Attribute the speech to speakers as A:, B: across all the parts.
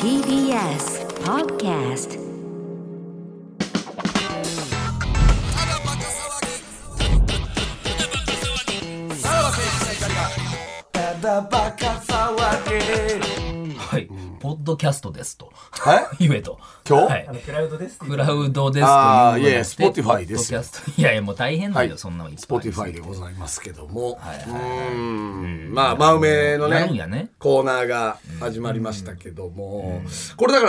A: TBS Podcast
B: はい、ポッドキャストですと
C: はい
B: 言えと。
C: 今日
B: はい、
D: クラウドです
B: クラウドですと
C: あー
B: いうので
C: いやいや Spotify ですよ
B: ポッドキャストいやいや、もう大変だよ、そんなのいっぱい。
C: Spotify でございますけども、
B: いう
C: ーんまあ真梅の
B: やるん
C: ね
B: やね
C: コーナーが始まりましたけども、これだか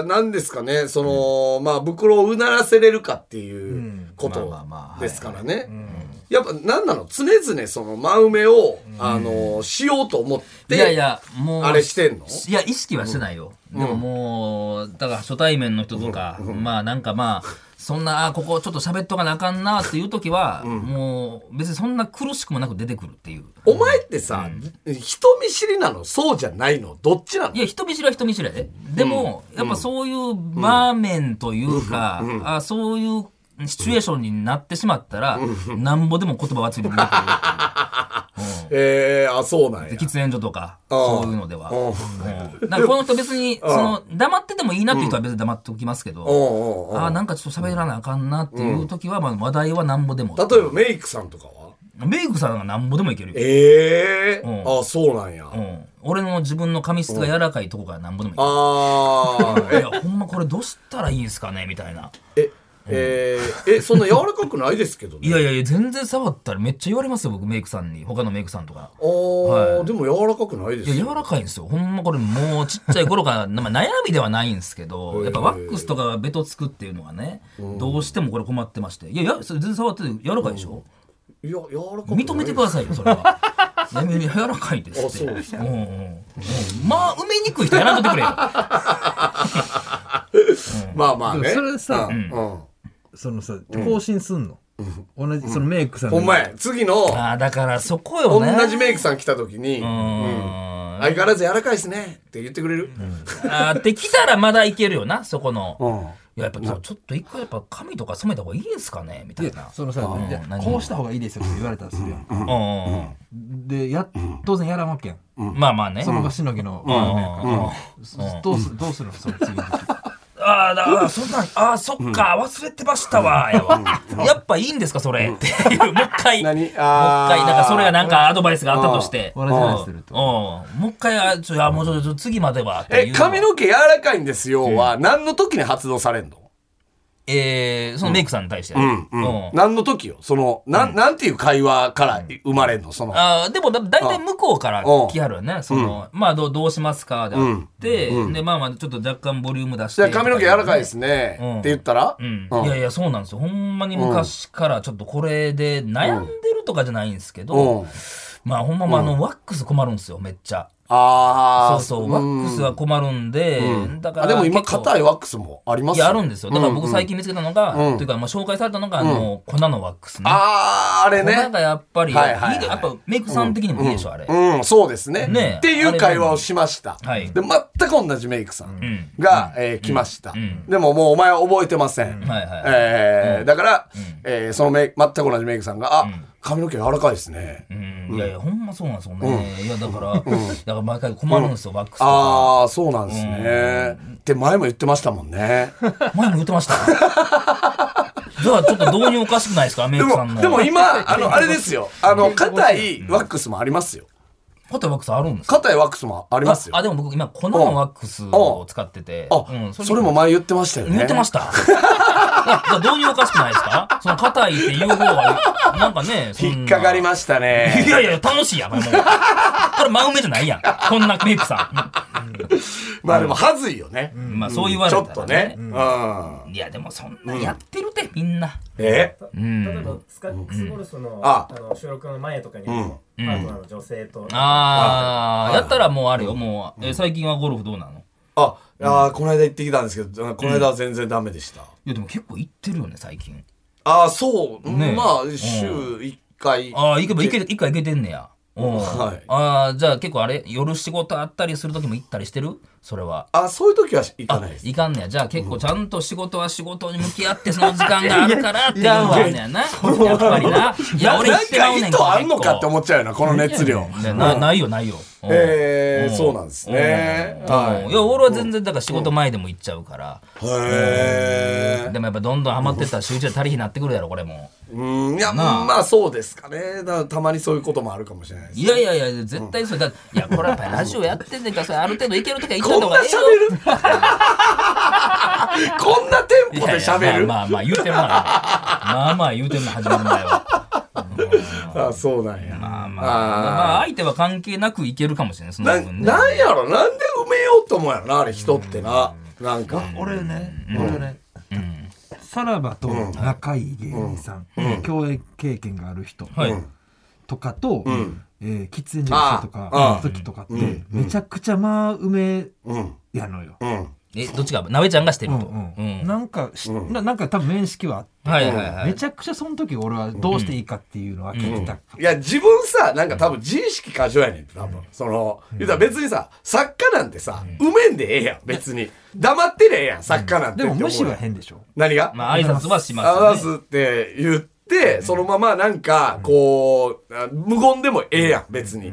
C: ら何ですかねその、まあ袋をうならせれるかっていうこと
B: まあまあまあはい
C: ですからねやっぱ何なの常々その真梅を、あのしようと思っ
B: いやい
C: て
B: や、もう。
C: あれしてんの
B: いや、意識はしてないよ。でももう、だから初対面の人とか、まあなんかまあ、そんな、あーここちょっと喋っとかなあかんなっていう時は、もう別にそんな苦しくもなく出てくるっていう。
C: お前ってさ、人見知りなのそうじゃないのどっちなの
B: いや、人見知りは人見知りやで。でも、やっぱそういう場面というか、あそういうシチュエーションになってしまったら、なんぼでも言葉はついてくるっていう。うん
C: えー、あそうなん や
B: で喫煙所とか、
C: あー
B: そういうのでは。
C: うん
B: うんなんかこの人別に、その、黙っててもいいなっていう人は別に黙っておきますけ
C: うん
B: ど、
C: うんうん
B: ああ、なんかちょっと喋らなあかんなっていう時は、まあ話題はなんぼでも。
C: 例えばメイクさんとかは
B: メイクさんがなんぼでもいけるよ。
C: ええ
B: うん
C: あそうなんや、
B: うん俺の自分の髪質が柔らかいとこからなんぼでもいける。
C: ああ
B: いや、ほんまこれ どうしたらいいんすかねみたいな。
C: ええーえそんな柔らかくないですけどね
B: いやいやいや、全然触ったらめっちゃ言われますよ、僕、メイクさんに。他のメイクさんとか。
C: あー、
B: はい
C: でも柔らかくないで
B: い
C: す
B: や、柔らかいんですよ。ほんまこれもうちっちゃい頃から、 まあ悩みではないんですけど、やっぱワックスとかベトつくっていうのはね、どうしてもこれ困ってまして。いや、いやそれ全然触ってて柔らかいでしょ、
C: いや柔らかくない
B: 認めてくださいよ、それ は。悩みに柔らかいですって。
C: あそうです
B: んうんうんまあ、埋めにくい人やらんと いてくれよ。
C: まあまあ
D: で
C: ね
D: もそれさ
C: うんうん
D: そのさ更新すんの、同じそのメイクさんの
C: ほんまや次の
B: ああ、だからそこよね。
C: 同じメイ
B: ク。
C: クさん来た時に、
B: う
C: うん
B: ん。
C: 相変わらず柔らかいですねって言ってくれる、
B: あーってきたらまだいけるよな、そこの。
C: うん
B: いや、やっぱちょちょっと一回やっぱ髪とか染めた方がいいんすかねみたいな。
D: そのさ
B: ー
D: じゃあ
B: 何
D: こうした方がいいですよって言われたらするやん
B: うん
D: でや当然やらんわけやん
B: まあまあね。
D: その場しのぎの
B: うん
D: 場
B: うん
D: 面やから
B: うん
D: どうすどうするのその次 の時
B: ああ、だから、そんなん、ああ、そっか、忘れてましたわ、やわ。やっぱいいんですか、それ。っていう、もう一回。もう
C: 何
B: 一回、
C: あー
B: なんか、それがなんかアドバイスがあったとして。
D: 同じ話する
B: うん。
D: と
B: もう一回、あ、ちょ、あ、もうちょっと、次までは。って
C: え
B: いう
C: 髪の毛柔らかいんですよは何の時に発動されんの、
B: えー、そのメイクさんに対して。
C: うんう
B: うん
C: ん、何の時よそのなん,、なんていう会話から生まれんのその
B: あーでもだ大体向こうから来はるよね。その、まあどうどうしますかであって、で、まあまあちょっと若干ボリューム出し
C: じ
B: て。
C: ゃあ髪の毛柔らかいですね、
B: うん
C: って言ったら、
B: うん
C: うん
B: いやいや、そうなんですよ。ほんまに昔からちょっとこれで悩んでるとかじゃないんですけど、
C: うん
B: まあほんま、まあ、あの、ワックス困るんですよ、めっちゃ。
C: ああ
B: そうそう、ワックスは困るんで、だから。
C: あでも今硬
B: い。
C: いワックスもあります
B: いや、あるんですよ。だから僕最近見つけたのが、
C: ん
B: というか、まあ紹介されたのが、あの、粉のワックスね。
C: あああれ
B: 粉
C: ね
B: がやっぱり、いい
C: はいはいはい
B: やっぱメイクさん的にもいいでしょ、あれ。
C: うんそうですね
B: ねえ
C: っていう会話をしました、
B: あれね
C: で全く同じメイクさん
B: ん
C: が、えー来ました、
B: ん
C: でももうお前は覚えてません、
B: はいはい
C: えーだから、えーそのメイ全く同じメイクさんが「あ、髪の毛柔らかいですね」
B: うんいやいや、ほんまそうなんですよね。いや、だから、だから毎回困るんですよ、ワックスとか。
C: ああそうなんですね、って前も言ってましたもんね
B: 前も言ってました。 じゃあ、ちょっと導入おかしくないですか、メ イ
C: で
B: クさん
C: も
B: の。
C: でも今あのあれですよあの硬いワックスもありますよ
B: ホワックスあるんですか
C: 硬いワックスもありますよ
B: あ、でも僕今、粉のワックスを使ってて。
C: あ、
B: うん
C: それも前言ってましたよね。
B: 言ってました。 いや導入おかしくないですかその硬いっていう方は、なんかね、そんな
C: 引っかかりました
B: い
C: ね。
B: やいや、楽しいやん、これもう。これ真梅じゃないやん。こんなメイクさ
C: まあでも、はずいよね。
B: ん。まあ、そう言われ
C: ち
B: たら、
C: ょっとね。うん。
B: いや、でもそんなやってるて、みんな。
C: え
B: うん。
E: 例えばスカックスゴルフの,、
C: あ
E: あの収録の前とかにも、パートナーの女性と、
B: ああ、やったらもうあるよ。もう、え最近はゴルフどうなの
C: あ、あーこの間行ってきたんですけど、この間は全然ダメでした。
B: いや、でも結構行ってるよね、最近。
C: あーそう。
B: ねえ
C: まあ、週1回。
B: ああ、行けば行け、一回行けてんねや。お
C: はい
B: ああ、じゃあ結構あれ、夜仕事あったりする時も行ったりしてるそれは。
C: あ、そういう時は行かないです。
B: いかんねや。じゃあ結構ちゃんと仕事は仕事に向き合ってその時間があるからっていうのはあるんねやな。やっぱりな。いや、俺行
C: な
B: っ
C: ん
B: てま
C: か
B: うね
C: 意
B: ん
C: 図あんのかって思っちゃうよな、この熱量。
B: いやなないよ、ないよ。
C: えー、そうなんですね。
B: うん
C: はい
B: や俺は全然だから仕事前でも行っちゃうから、
C: い。へ
B: でもやっぱどんどんハマってったら集中力足りひんなってくるやろこれも
C: え。うん、いや、
B: なあ
C: まあそうですかね。だからたまにそういうこともあるかもしれないです。
B: いやいやいや絶対そうだいやこれやっぱりラジオやってんねんからそれある程度いけるときは行っち
C: こ
B: ゃっ
C: んな
B: た方がええよ
C: 喋る こんなテンポで
B: いや
C: 喋
B: いや
C: る
B: まあまあまあ言うてるなまあまあ言うてるな始まる前は
C: あそうなんや。
B: まあまあまあ
C: あ
B: 相手は関係なくいけるかもしれないそ
C: ー
B: の
C: な
B: 部分ね
C: なんやろなんで埋めようと思うやろな、あれ人ってな。なんか。
D: 俺ね、俺ね、さらばと仲いい芸人さん、共演経験がある人
B: はい
D: とかと、えー喫煙所の人と
C: あ
D: か
C: あ
D: の時とかって、めちゃくちゃまあ梅
C: うん。
D: やのよ。
C: うん。
B: えどっちかなべちゃんがしてる
D: うん
B: と
D: うん
B: うん
D: なんかし、ななんか多分面識はあって、
B: はいはいはい
D: めちゃくちゃその時俺はどうしていいかっていうのは聞いた、
C: いや、自分さ、なんか多分自意識過剰やねん、多分。その、言うたら別にさ、作家なんてさ、埋めんでええやん、別に。黙ってりゃええやん、作家なんて。
D: でも無視は
C: ん。
D: 変でしょ
C: 何が
B: まあ挨拶はし
C: 合わ
B: ますすね
C: って言って、そのままなんか、こう、あ無言でもええやん、別に。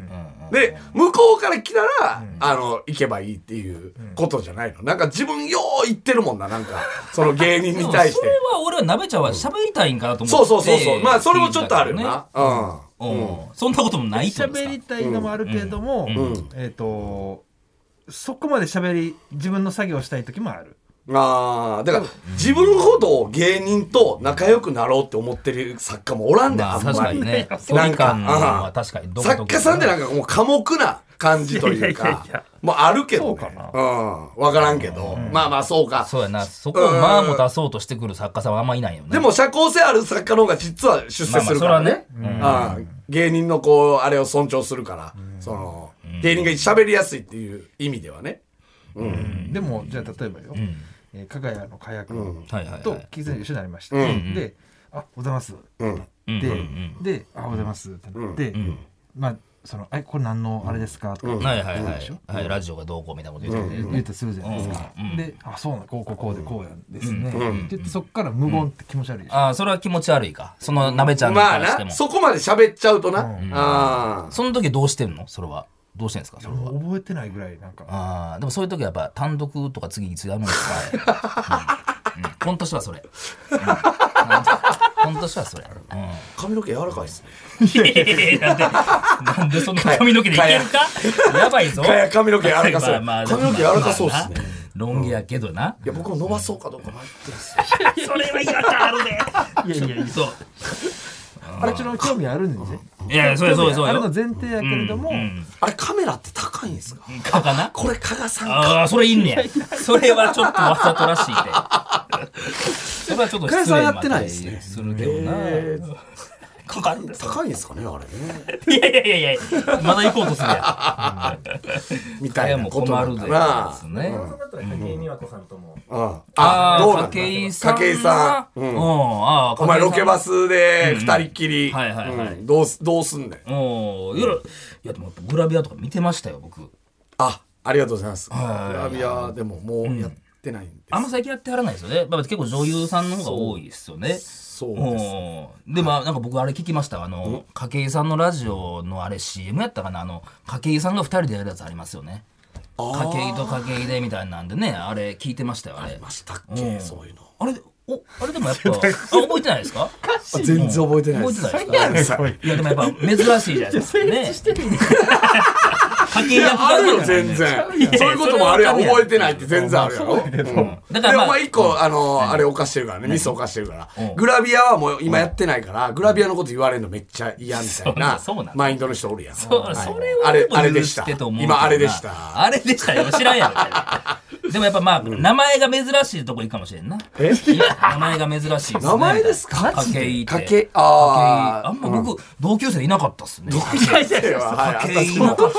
C: で、向こうから来たら、あの、行けばいいっていうことじゃないの。なんか自分よう言ってるもんな、なんか、その芸人
B: で
C: に
B: も
C: 対し
B: それ
C: て。
B: は俺はなべちゃんは喋りたいんかなと思
C: そ
B: っ
C: う
B: て
C: そうそうそう。まあ、それもちょっとあるよな。うん。
B: うんそんなこともないってことです
D: 喋
B: か
D: りたいのもあるけれども、えっ、とそこまで喋り自分の作業したい時もある
C: ああ、だから、自分ほど芸人と仲良くなろうって思ってる作家もおらんねん、
B: ま
C: あ
B: あ
C: んまり。
B: 確かにね 距
C: なん
B: 離
C: か
B: 感は
C: うん
B: 確かに独特
C: 作家さんってなんかもう寡黙な感じという
D: いやいや
C: か
D: いやいや、
C: もうあるけど、ね。
D: そうかな
C: うん。わからんけど、まあまあそうか。
B: そうやなそこをまあも出そうとしてくる作家さんはあんまいないよね
C: でも社交性ある作家の方が実は出世するからね。ああ芸人のこう、あれを尊重するから、その、芸人が喋りやすいっていう意味ではね。
D: でもじゃあ例えばよ、えー加賀谷の火薬
B: はいはいはい
D: と喫煙所一緒になりました、で「あおはようございます」ってなって、で「あおはようございます」ってなって、まあその「えこれ何のあれですか?」とか、
B: はいはいはいはいラジオがどうこうみたいなこと言ってて
D: 言ったりするじゃないですか、で「あそうなのこうこうこうでこうやんですね」って言ってそっから無言って気持ち悪いでしょ、
B: ああそれは気持ち悪いかそのなべちゃんに
C: まあ
B: 関しても
C: な、そこまで喋っちゃうとな。ああ。
B: その時どうしてんのそれはどうしてんですかそれは
D: 覚えてないぐらいなんか
B: ああでもそういう時はやっぱ単独とか次に違うんですかうんうんコント師はそれうんコント師はそれ うん
C: 髪の毛柔らかいっすね。
B: えーなんでなんでそんな髪の毛でいけるかやばいぞ。
C: かや髪の毛柔らかそう
B: まあまあ
C: 髪の毛柔らかそうっすね。
B: まあまあロン毛やけどな。
C: いや、僕も伸ばそうかどうか迷ってるんですよ。
B: それは違和感あるで。
D: いやいやいや
B: そう。
D: あれちの興味あるんですね
B: いや、そうやそうやそう
D: あれ
B: や
D: の。前提やけれども、
C: あれ、カメラって高いんですか
B: かかな
C: これ、加賀さんか。
B: ああ、それいいんねや。それはちょっとわざとらしいで。それはちょっと
C: 加
B: 失
C: 谷
B: 礼
C: さんやってないですね
B: するけどな。
C: えー高い高いんですかねあれ ね。
B: いやいやいやいや、まだ行こうとするやん。
C: みた
B: 彼
C: い
B: も
C: な
B: 困
C: ことな
B: る
C: の
B: で
C: か
B: す
C: な。
B: ね。
E: 山田さんだったら筧美和子さんとも
C: うん
B: あ
C: どうな
B: あ、
C: んだ
B: 筧さんは。
C: 筧さん。
B: うん、
C: うん
B: ああ、
C: お前、ロケバスで二人っきり。
B: はいはいはい
C: うんどうす、どうすんねん。
B: おいやいやでもやっぱグラビアとか見てましたよ僕
C: あ、ありがとうございます。グ
B: はい
C: ラビアでももうやってないんです。
B: あんま最近やってはらないですよね、まあ、結構女優さんの方が多いですよね
C: そう
B: お
C: です。
B: ーでまあなんか僕あれ聞きましたあの筧さんのラジオのあれ CM やったかなあの筧さんが2人でやるやつありますよね筧と筧でみたいなんでねあれ聞いてましたよあれ
C: ましたっ
B: う
C: け
B: ん
C: そういうの。
B: あれおあれで もやっぱあ覚えてないですか
C: あ全然覚えてないです。
B: 覚えてないですかいやでもやっぱ珍しいじゃない ですかね筧
C: いや
B: 役、が
C: ある
B: 覚えて
C: よ、全
B: ない
C: 然。そういうこともあるやん。覚えてないって全然あるやろ。うん
B: だ
C: だ
B: か
C: からら、
B: まあ
C: お前一個、あの、あれ犯してるからね。ミス犯してるか
B: うん
C: ら。グラビアはもう今やってないから、グラビアのこと言われるのめっちゃ嫌みたいな
B: そうそうなん、
C: マインドの人おるやん。
B: そう
C: はい
B: それは
C: あれ、あれ
B: で
C: で
B: も
C: した。
B: 許してと思うけどな
C: 今、あれでした。
B: あれでしたよ。知らんやろ。でもやっぱまあ、名前が珍しいとこいいかもしれんな。
C: え
B: いや名前が珍しいですね。
C: 名前ですか
B: 筧って。
C: かけ、あ
B: 筧
C: ー
B: あんま僕、同級生いなかったっすね。
C: はい
B: 筧
C: 私
B: いな
C: も
B: かっ、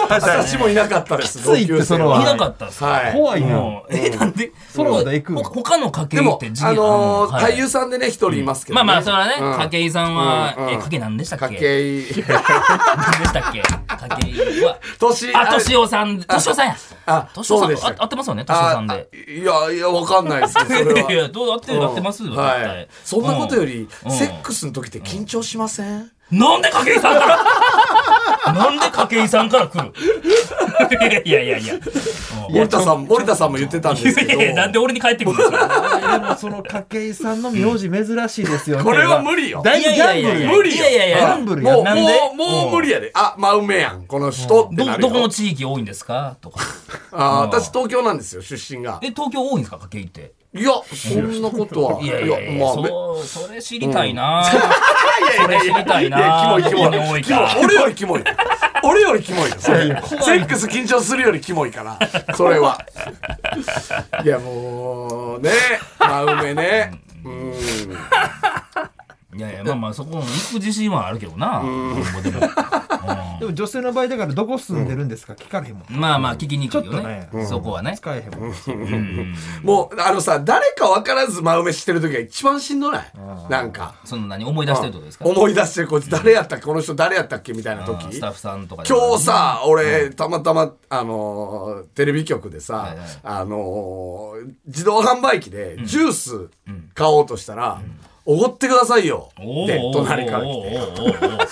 C: 私もいなかったです、同
D: いって
C: 級生
D: その
B: た。い
D: は
B: なかったっす。
C: はい。
D: 怖いな、
B: もうえ、なんで、
D: その話題行くん
B: ほ他の筧
C: でも
B: って、字
C: あのー、
B: はい
C: 俳優さんでね、一人いますけ
B: ま
C: どね。
B: あまあ、それはね、
C: うん
B: 筧さんは、
C: うんうん
B: え、筧何でしたっけ
C: 筧、
B: 何でしたっけ筧は。
C: 年、
B: あ、敏夫さん、敏夫さんや。
C: あ
B: 敏夫さ
C: そうんでした
B: あ合ってますよね、敏夫さんで。
C: あいやいやわかんないです よそれ
B: いや
C: はい
B: や、どうやってるやってますよ、
C: うん
B: 絶対
C: はい、そんなことよ
B: り。
C: り、
B: うん
C: セックスの時って緊張しません、
B: なんで筧さんからなんで筧さんから来るいやいやいや。
C: 森田さん、森田さんも言ってたんですけ
B: いやいや、なんで
C: ど。
B: 俺に帰ってくるんですか
D: でもその筧さんの名字珍しいですよね。
C: これは無理よ。
D: だいぶギャンブル
C: 無理
B: い
C: よ
B: やいやいや。
D: ギャンブルや
C: もう、
B: なん
C: も
B: で
C: う、もう無理やで。あ、真梅やん。この人ってな
B: ど、
C: るよ。
B: どこの地域多いんですかとか。
C: あー私東京なんですよ、出身が。
B: え、東京多いんですかかけいって。
C: いや、そんなことは。
B: いやいやい
C: め
B: や、そう、それ知りたいな、
C: いやいやい
B: それ知りたいな
C: やキモいキ
B: どこに
C: モ
B: 多
C: い
B: い
C: キモ
B: か
C: い俺よりキモ い俺よりキモいよそれセックス緊張するよりキモいからそれはいやもうね真梅ねうん
B: いやいや、まあまあ、そこも行く自信はあるけどな。今後でも。
D: でも女性の場合だからどこ住んでるんですか聞かれへんもん。
B: まあまあ、聞きにくいよね
D: ちょっ。と
B: そこはね。
D: 使えへんもん。
C: もうあのさ誰か分からず真梅してる時が一番しんどないなんか
B: その何、思い出してるってことですか
C: 思い出してこいつ誰やったっけこの人誰やったっけみたいな
B: あー
C: 時
B: スタッフさんとかで
C: 今日さ、俺、たまたま、あのーテレビ局でさ、
B: いはい
C: あのー自動販売機でジュース買おうとしたら、おごってくださいよ。
B: お
C: で
B: ー、おー
C: 隣から来
B: お
C: て。
B: ーおーおーおー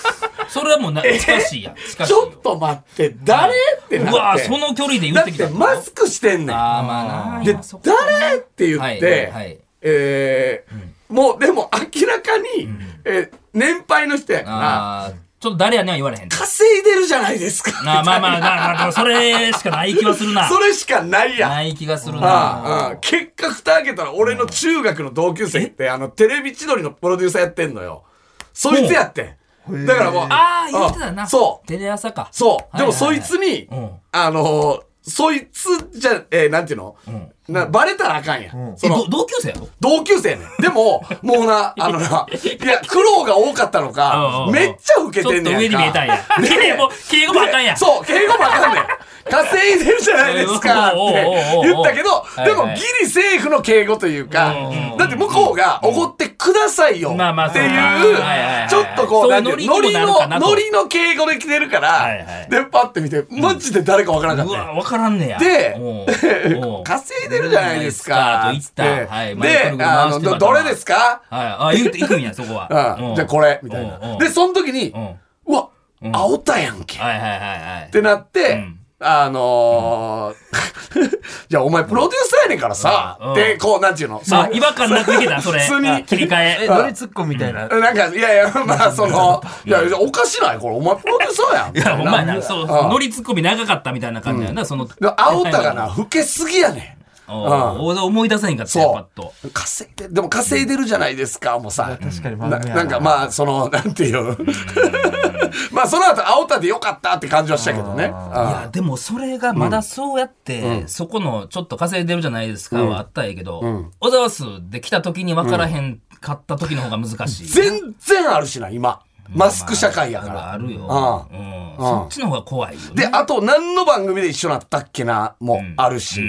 B: それはもうな、近しいやん。近しい
C: ち
B: よ
C: ょっと待って、誰ってなって。
B: うわーその距離で言
C: だ
B: っ
C: って
B: きた
C: てマスクしてんねん。
B: ああ、まあな。
C: で
B: まあそ、こ
C: 誰って言
B: は
C: っ
B: い
C: て、
B: はいはい
C: えーもうでも明らかに、えー年配の人やから、
B: あーちょっと誰やねんは言われへん。
C: 稼いでるじゃないですか。
B: なあまあまあ、なあまあそれしかない気はする な。
C: それしかないやん。
B: ない気がする
C: ああああ
B: な。
C: 結果蓋開けたら俺の中学の同級生ってあのテレビ千鳥のプロデューサーやってんのよそいつやってんだからもう
B: ああ、言ってた
C: う。
B: なん
C: そう
B: テレ朝か。
C: そう
B: は
C: で
B: いはい
C: も
B: はい
C: そいつに
B: うん
C: あのーそいつじゃえーなんていうのなバレたらあかんやんそ
B: え、
C: の
B: ど同級生やろ
C: 同級生やねんでももうなあの ないや苦労が多かったの
B: うんうん
C: か
B: うん
C: めっちゃ老け
B: ちょ
C: て
B: っ
C: ん
B: と
C: ねんやんか
B: 上に見えたんや。でも、敬語ばっかんや。
C: そう、敬語もあかん ねん。稼いでるじゃないですかって
B: おうおうおうおう
C: 言ったけど、
B: いはい
C: でもギリセーフの敬語というか
B: うんうんう、ん
C: だって向こうがおごってくださいよ
B: まあまあ
C: ってい
B: そうかはいはいは
C: う、
B: い
C: ちょっとこう、
B: そうい
C: な
B: うん
C: てい
B: ノ
C: う
B: リに
C: ノリ
B: もなるか
C: の、
B: なと
C: ノリの敬語で来てるか
B: はいは
C: ら
B: い、
C: で、パって見て、マジで誰かわからなか
B: う
C: った
B: わ、。わからんねや。
C: で
B: おう おう
C: 稼いでるじゃないですか。
B: と言った
C: って
B: はい前
C: で
B: ぐる、ぐる
C: あ
B: 回し
C: の、
B: てた
C: ど
B: から
C: どれですか
B: はい。ああ、言うて、行くんや、そこは。
C: うん
B: う ん
C: じゃあこれ、みたい
B: うんう
C: な。
B: ん
C: で、その時に
B: うん、
C: うわ、煽ったやんけ。
B: はいはいはいはい
C: っ。てなって、
B: ん
C: あのー じゃあお前プロデューサーやねんからさ、
B: うん
C: で、こう、なんていうの、
B: あ
C: さ、、
B: 違和感なくいけた、それ。
C: 普通に
B: あ切り替
D: え、
B: え。
D: ノリツッコミみたいな。
C: なんか、いやいや、まあ、そ の、いや、いやおかしないこれ、お前プロデューサーやん。み
B: い
C: た
B: や、
C: い
B: ほん
C: な
B: まやな。そう、ノリツッコミ長かったみたいな感じやな、その。
C: で青田がな、老けすぎやね
B: おう。おう思い出せへんかった
C: そ
B: よ、
C: う
B: パッと。
C: ん。稼いで、でも稼いでるじゃないですか、もうさ。
D: 確かに真
C: な
D: 面目や
C: なんかまあ、その、なんていう。 まあ、その後、青田でよかったって感じはしたけどね。
B: いや、でもそれがまだそうやって、そこのちょっと稼いでるじゃないですかはあったんやけど、小沢すで来た時に分からへんかった時の方が難しい。
C: 全然あるしな、今。マスク社会やか
B: まあ
C: ら
B: あ。るよ。
C: う
B: うんそっちの方が怖いよ
C: で、
B: ね。
C: あと何の番組で一緒だったっけな、もあるし、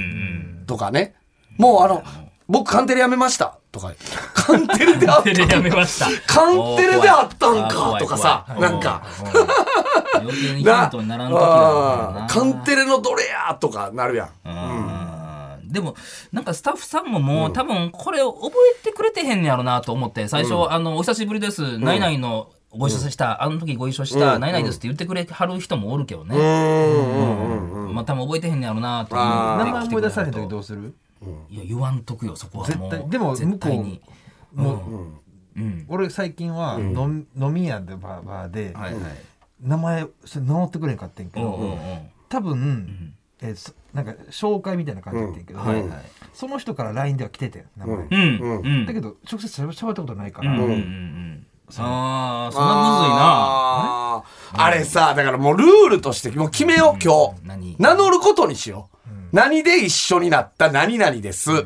C: とかね。もうあの、僕カンテレやめました、とか、カンテレであ っ
B: テレ
C: た。
B: やめました。
C: カンテレであったん
B: あー怖
C: か、
B: い
C: とかさ、
B: 怖い
C: なんか、
B: うん余計にヒントにならん時だから
C: う
B: なん
C: カンテレのどれや、とかなるやん。
B: うんでもなんかスタッフさんももう、多分これ覚えてくれてへんねやろなと思って最初、あの「お久しぶりです」ナイナイのご一緒した、あの時ご一緒した「ナイナイです」って言ってくれはる人もおるけどね、まあ多分覚えてへんねやろなと思
C: あ
D: 名
B: って来
D: 前
B: てく
D: 思
B: れ
D: い出
B: た
D: さ
B: ら
D: れへん
B: と
D: 時どうする
B: いや言わんとくよそこはも
D: 絶対
B: う
D: でも
B: 絶
D: 向こ
B: 対
D: う
B: に
D: もう俺最近はのん飲み屋でバーバーで
B: はいはい
D: 名前それ名乗ってくれんかってんけ
B: うんうんう
D: ど
B: ん
D: 多分えーそなんか紹介みたいな感じやってんけど
B: はいはい
D: その人から LINE では来ててん名前
B: うんうん
D: だけど直接しゃべったことないか
B: うん
D: ら
B: うんうんああそんな
C: あーあれさ、だからもうルールとしてもう決めよう、今
B: むずいな何
C: 日。名乗ることにしよう。何で一緒になった何々です。っ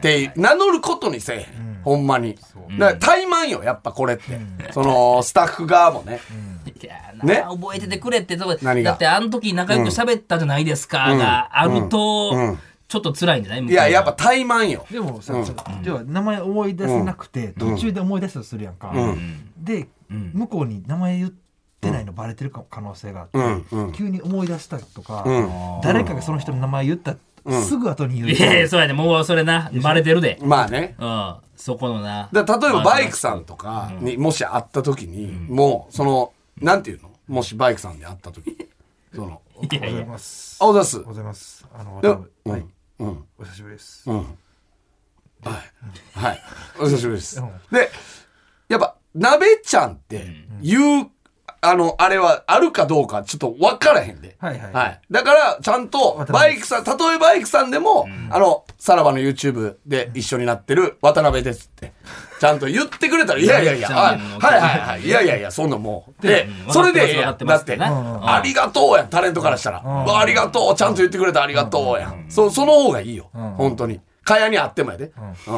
C: て名乗ることにせえへん。ほんまに。だから怠慢よ、やっぱこれって。その、スタッフ側もね。
B: いや
C: ね
B: な覚えててくれってとこ
C: 何が
B: だってあの時仲良く喋ったじゃないですかがあるとちょっと辛いんじゃない
C: いや、やっぱ怠慢よ。
D: でもさ、ちょ要は名前思い出せなくて、途中で思い出すとするやんか、で、向こうに名前言ってないのバレてるかも可能性があって、急に思い出したとか、誰かがその人の名前言った、すぐ後に言う
B: いやいやそうやねもうそれなバレてるで
C: まあね。
B: うんそこのな
C: だから例えばバイクさんとかにもし会った時に、もう、その、なんていうのもしバイクさんで会った時その
D: おはようございます
C: あおざっ
D: お
C: す
D: はようございますあの
C: で
D: 渡辺
C: う
D: はい
C: んうん
D: お久しぶりです
C: うんはいはいお久しぶりです
D: うん
C: でやっぱ鍋ちゃんって言うあのあれはあるかどうかちょっと分からへんで
D: はいはい
C: はい。だから、ちゃんと、バイクさん、たとえバイクさんでも、あの、さらばの YouTube で一緒になってる渡辺ですって、ちゃんと言ってくれたら、いやいやいや、
B: ちゃ
C: はい
B: んとね
C: はいはいはい、いやいやいや、そんなもう。で
B: う、ん
C: それでええや
B: わか
C: ん、
B: ってま
C: だっ
B: す
C: て、
B: わかってますってねうん
C: ありがとうやん、タレントからしたら。わありがとう、ちゃんと言ってくれたありがとうやん。そう、その方がいいよ、本当に。かやにあってもやで。う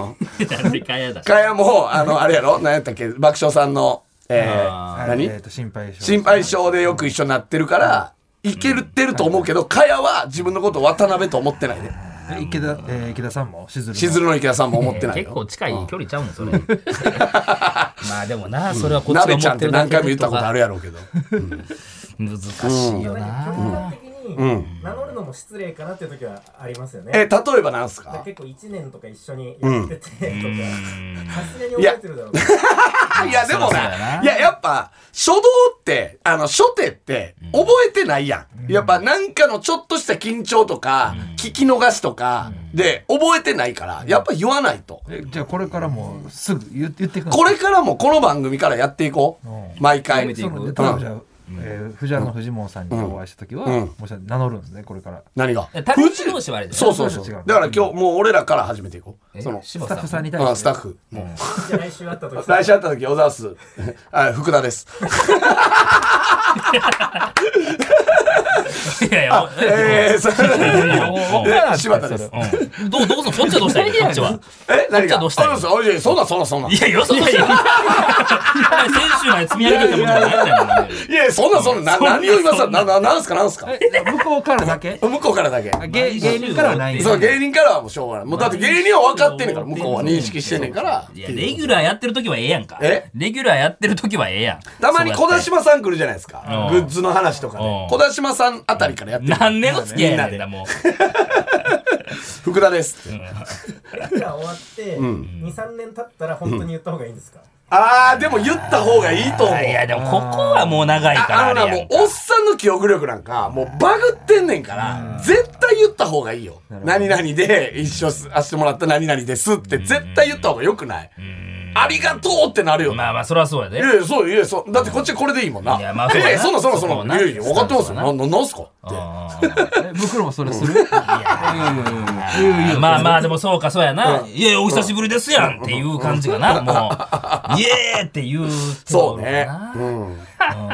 C: ん。
B: なんでかやだ。
C: かやも、 あの、あれやろ、何やったっけ、爆笑さんの、え
B: あ
C: ー、
D: はい
C: 何
D: えっと心配性
C: 心配性でよく一緒になってるから、いけるってると思うけど、かやは自分のことを渡辺と思ってないで。
D: 池田えー池田さんもしずるも
C: しずるの池田さんも思ってない
B: 結構
C: よ。
B: 近い距離ちゃうのそれ。 まあでもな、それはこっちが
C: 鍋ち
B: 思
C: ゃん
B: っ
C: ってて
B: るだ
C: 何
B: け
C: 回も言ったことあ
B: る。
C: るやろう けど。
B: 難しいよ
E: 基
B: な。
E: 本的に名乗るのも失礼かなっていう時はありますよね。
C: え、例えばなんす
E: だから
C: か
E: 結構1年とか一緒にやっててとか、さすがに覚えてるだろうな。
C: あ、いやでも
B: そうだよ
C: な、
B: ない
C: ややっぱ、初動って、あの、初手って覚えてないやん。やっぱなんかのちょっとした緊張とか、聞き逃しとかで覚えてないから、やっぱ言わないと。
D: えじゃあこれからもすぐ言って言ってくの
C: これからもこの番組からやっていこ
D: うん
C: う。毎回。
D: そうの
B: ん
D: で例えばじゃあ、えー藤原の藤本さんにお会いした時は、
C: うん
D: もうそれ名乗るんですねこれから
C: 何が
B: タレント同士はあれだよ
C: そうそうそう。
D: タレント同士は違う
C: だから今日もう俺らから始めていこう。
B: え
C: その、
B: 柴
D: スタッ
B: 田
D: フ
B: さ
D: さ
B: ん
D: んに対して、
C: あスタッフ。もう
E: じゃあ来週会った 時
C: 来週会った時、小沢っす。あ、福田です。
B: いやいや、
C: えー、それ
B: おお
C: え柴田です。
B: うんどうどうすんのこっちはどうしたらいいのこっちは。
C: え、何
B: じ
C: が
B: ゃあどうしたらいい
C: あいやそんな、そんな、そんな。い
B: いや、よそよそ。先 週まで積み上げてきたものがないんだもんね。
C: やいや、そんな、そんな、な何を今さ、な、な、なんすか、なんすか。
D: 向こうからだけ
C: 向こうからだけ。
D: 芸芸人からはないんだ
C: そう、芸人からはもうしょうがない。もうだって芸人は分かってんねんから、向こうは認識してんねんから。
B: いや、レギュラーやってる時はええやんか。
C: え
B: レギュラーやってる時はええやん。
C: たまに小田
B: し
C: 島さん来るじゃないですか。
B: う
C: グ
B: ん
C: ッズの話とか
B: う
C: ね
B: ん。
C: 小田島さんあたりからやってる。
B: 何年の付き合いなん
C: みん
B: だ
C: なで
B: もう。
C: 福田ですって。
E: が終わって、2、3年経ったら本当に言った方がいいんですか
C: あー、でも言った方がいいと思う。
B: いや、でもここはもう長いから
C: ああ
B: あ
C: の
B: れ
C: な、
B: や、
C: もうん
B: か。
C: おっさんの記憶力なんか、もうバグってんねんから、絶対言った方がいいよ。何々で一緒させてもらった何々ですって、絶対言った方がよくない。ありがとうってなるよ。
B: まあまあ、それはそうやで
C: い。やいや、そう、いや、そう。だってこっちこれでいいもんな。
B: いやまあそうだない
C: やいやそんな、そんな、そん
B: そう
C: な。
B: だない
C: やいや、分かってますよ。
B: そうだ
C: な、な、なんすかって。
B: あ
D: え袋もそれするいやいやいやいやいや
B: ーまあまあ、でもそうか、そうやな。いやいや、お久しぶりですやんっていう感じがな、もう。イエーっていう。
C: そうね。うん。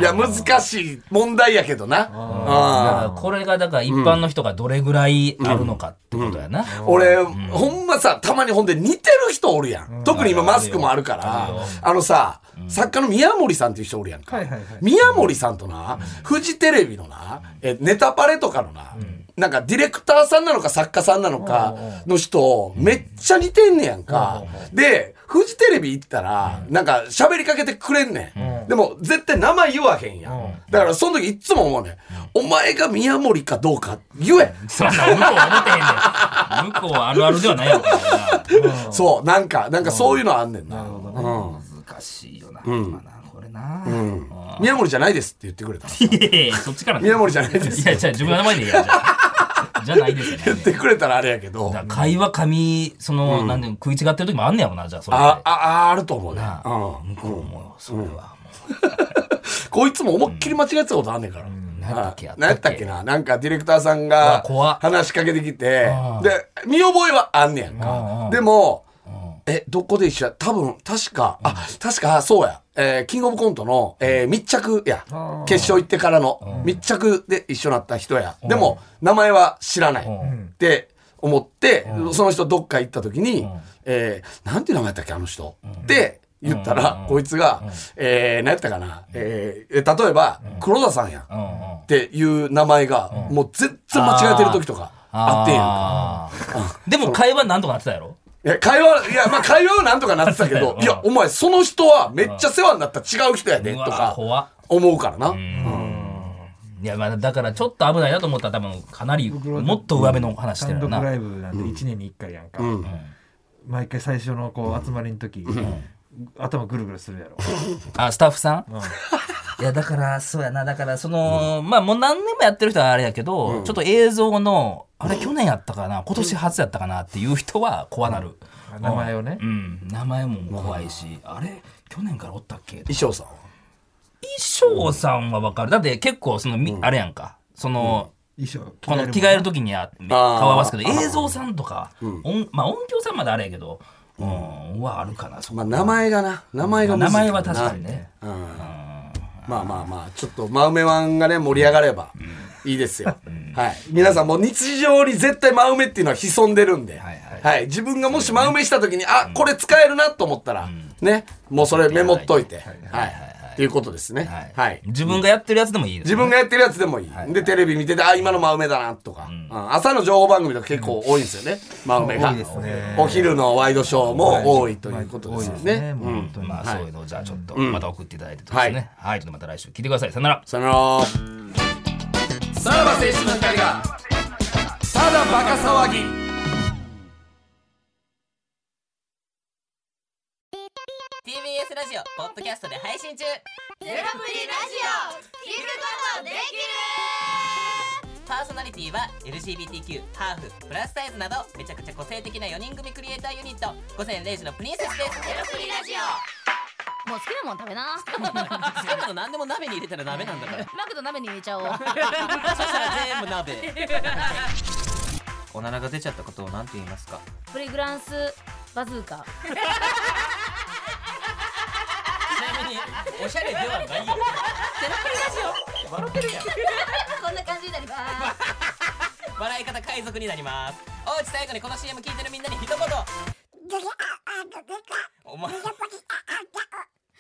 C: いや、難しい問題やけど
B: だ
C: な。
B: か
C: うん
B: らこれがだから一般の人がどれぐらいあるのかってことやな。
C: 俺、ほんまさ、たまにほんで似てる人おるやん。特に今マスクもあるから、あのさ、作家の宮森さんっていう人おるやんか。
D: はいはいはい
C: 宮森さんとな、フジテレビのな、えネタパレとかのな、なんかディレクターさんなのか作家さんなのかの人、めっちゃ似てんねやんか。で、フジテレビ行ったら、なんか喋りかけてくれんねん。でも、絶対名前言わへんやん。だから、その時いっつも思うねん。お前が宮森かどうか言え
B: そんな向こうは思ってへんねん。向こうはあるあるではないやろからな。
C: そう、なんか、なんかそういうのあんねんな。
B: 難しいよな。まあなこれな。うん
C: 宮森じゃないですって言ってく れた。
B: いやいやそっちから。
C: 宮森じゃないです
B: いや、じゃあ自分の名前でいいやじゃあじゃないですよね。
C: 言ってくれたらあれやけど。
B: だか
C: あ、
B: ら会話紙、その、なんていうの食い違ってる時もあんねやろな、じゃあ、それで。
C: あ、ああると思うね。
B: な
C: うん。
B: 向こうも、それはも
C: こいつも思いっきり間違えてたことあんねんから。
B: 何やったっけ
C: はい何やったっけななんかディレクターさんが
B: わ怖っ
C: 話しかけてきて
B: あ、ー
C: で、見覚えはあんねやん
B: うんう
C: か
B: ん。
C: でも、
B: う。
C: え、どこで一緒や多分、確か、あ、確か、そうや。えーキングオブコントの、えー密着や。
D: あー
C: 決勝行ってからの、密着で一緒になった人や。でも、名前は知らない。
B: ん
C: って思って、その人どっか行った時に、えーなんていう名前やったっけ、あの人。って言ったら、こいつが、えー何やったかな。えー例えば、黒田さんや。
B: うん。うん。うん。
C: っていう名前が、もう全然間違えてる時とか、あってんやんか。
B: あーでも会話なんとかなってたやろ
C: いや、会話、いや、まあ、会話はなんとかなってたけど、
B: うん
C: いや、お前、その人はめっちゃ世話になった違う人やで、
B: う
C: と
B: わ
C: か、
B: 怖っ
C: 思うからな。
B: いやまあだからちょっと危ないなと思ったら多分かなりもっと上辺の話して
D: 単
B: るよ
D: 独
B: な。
D: ライブなんて1年に1回やんか、毎回最初のこう集まりの時、頭ぐるぐるするやろ、
B: あスタッフさん、いやだからそうやなだからその、まあもう何年もやってる人はあれやけど、ちょっと映像のあれ去年やったかな今年初やったかなっていう人は怖なる、うん
D: 名前をね
B: うん名前も怖いし、あれ去年からおったっけ
C: 衣装さんは
B: 衣装さんはわかるだって結構その、みあれやんかその、
D: 衣装
B: この着替える時には顔合わすけど映像さんとか、音まあ、音響さんまであれやけど、うん、はあるかなそこ
C: まあ名前がな名前が
B: 名
C: むずいら
B: 前
C: な
B: は確かにね
C: まあまあまあちょっと真梅湾がね盛り上がればいいですよ、はい皆さんもう日常に絶対真梅っていうのは潜んでるんで、はい
B: はい
C: 自分がもし真梅した時に、あこれ使えるなと思ったら、ねもうそれメモっといてはいっていうことですねはい、
B: 自分がやってるやつでもいいです、
C: 自分がやってるやつでもいい、でテレビ見ててあ今の真梅だなとか、うん朝の情報番組とか結構多いんですよね、真梅が
D: 多いですね
C: お昼のワイドショーも多いということですよね,、
D: もう本当に
B: まあそういうのをじゃあちょっとまた送っていただいてとですね、はい、ちょっとまた来週聞いてくださいさよなら
C: そのさらば青春の光がただバカ騒ぎ
F: パーソナリティは LGBTQ ハーフプラスサイズなどめちゃくちゃ個性的な4人組クリエイターユニット午前0時のプリンセスですゼロプリラジ
G: もう好きなもん食べな
F: オ好きなの何でも鍋に入れたら鍋なんだから
G: マクド鍋に入れちゃおう
F: そしたら全部鍋おならが出ちゃったことを何て言いますか
G: プリグランスバズーカ
F: ちなみにおしゃれではないよゼロプリラジオ笑ってるやん
G: こんな感じになります
F: 笑い方海賊になりますおうち最後にこの CM 聞いてるみんなに一言お前お前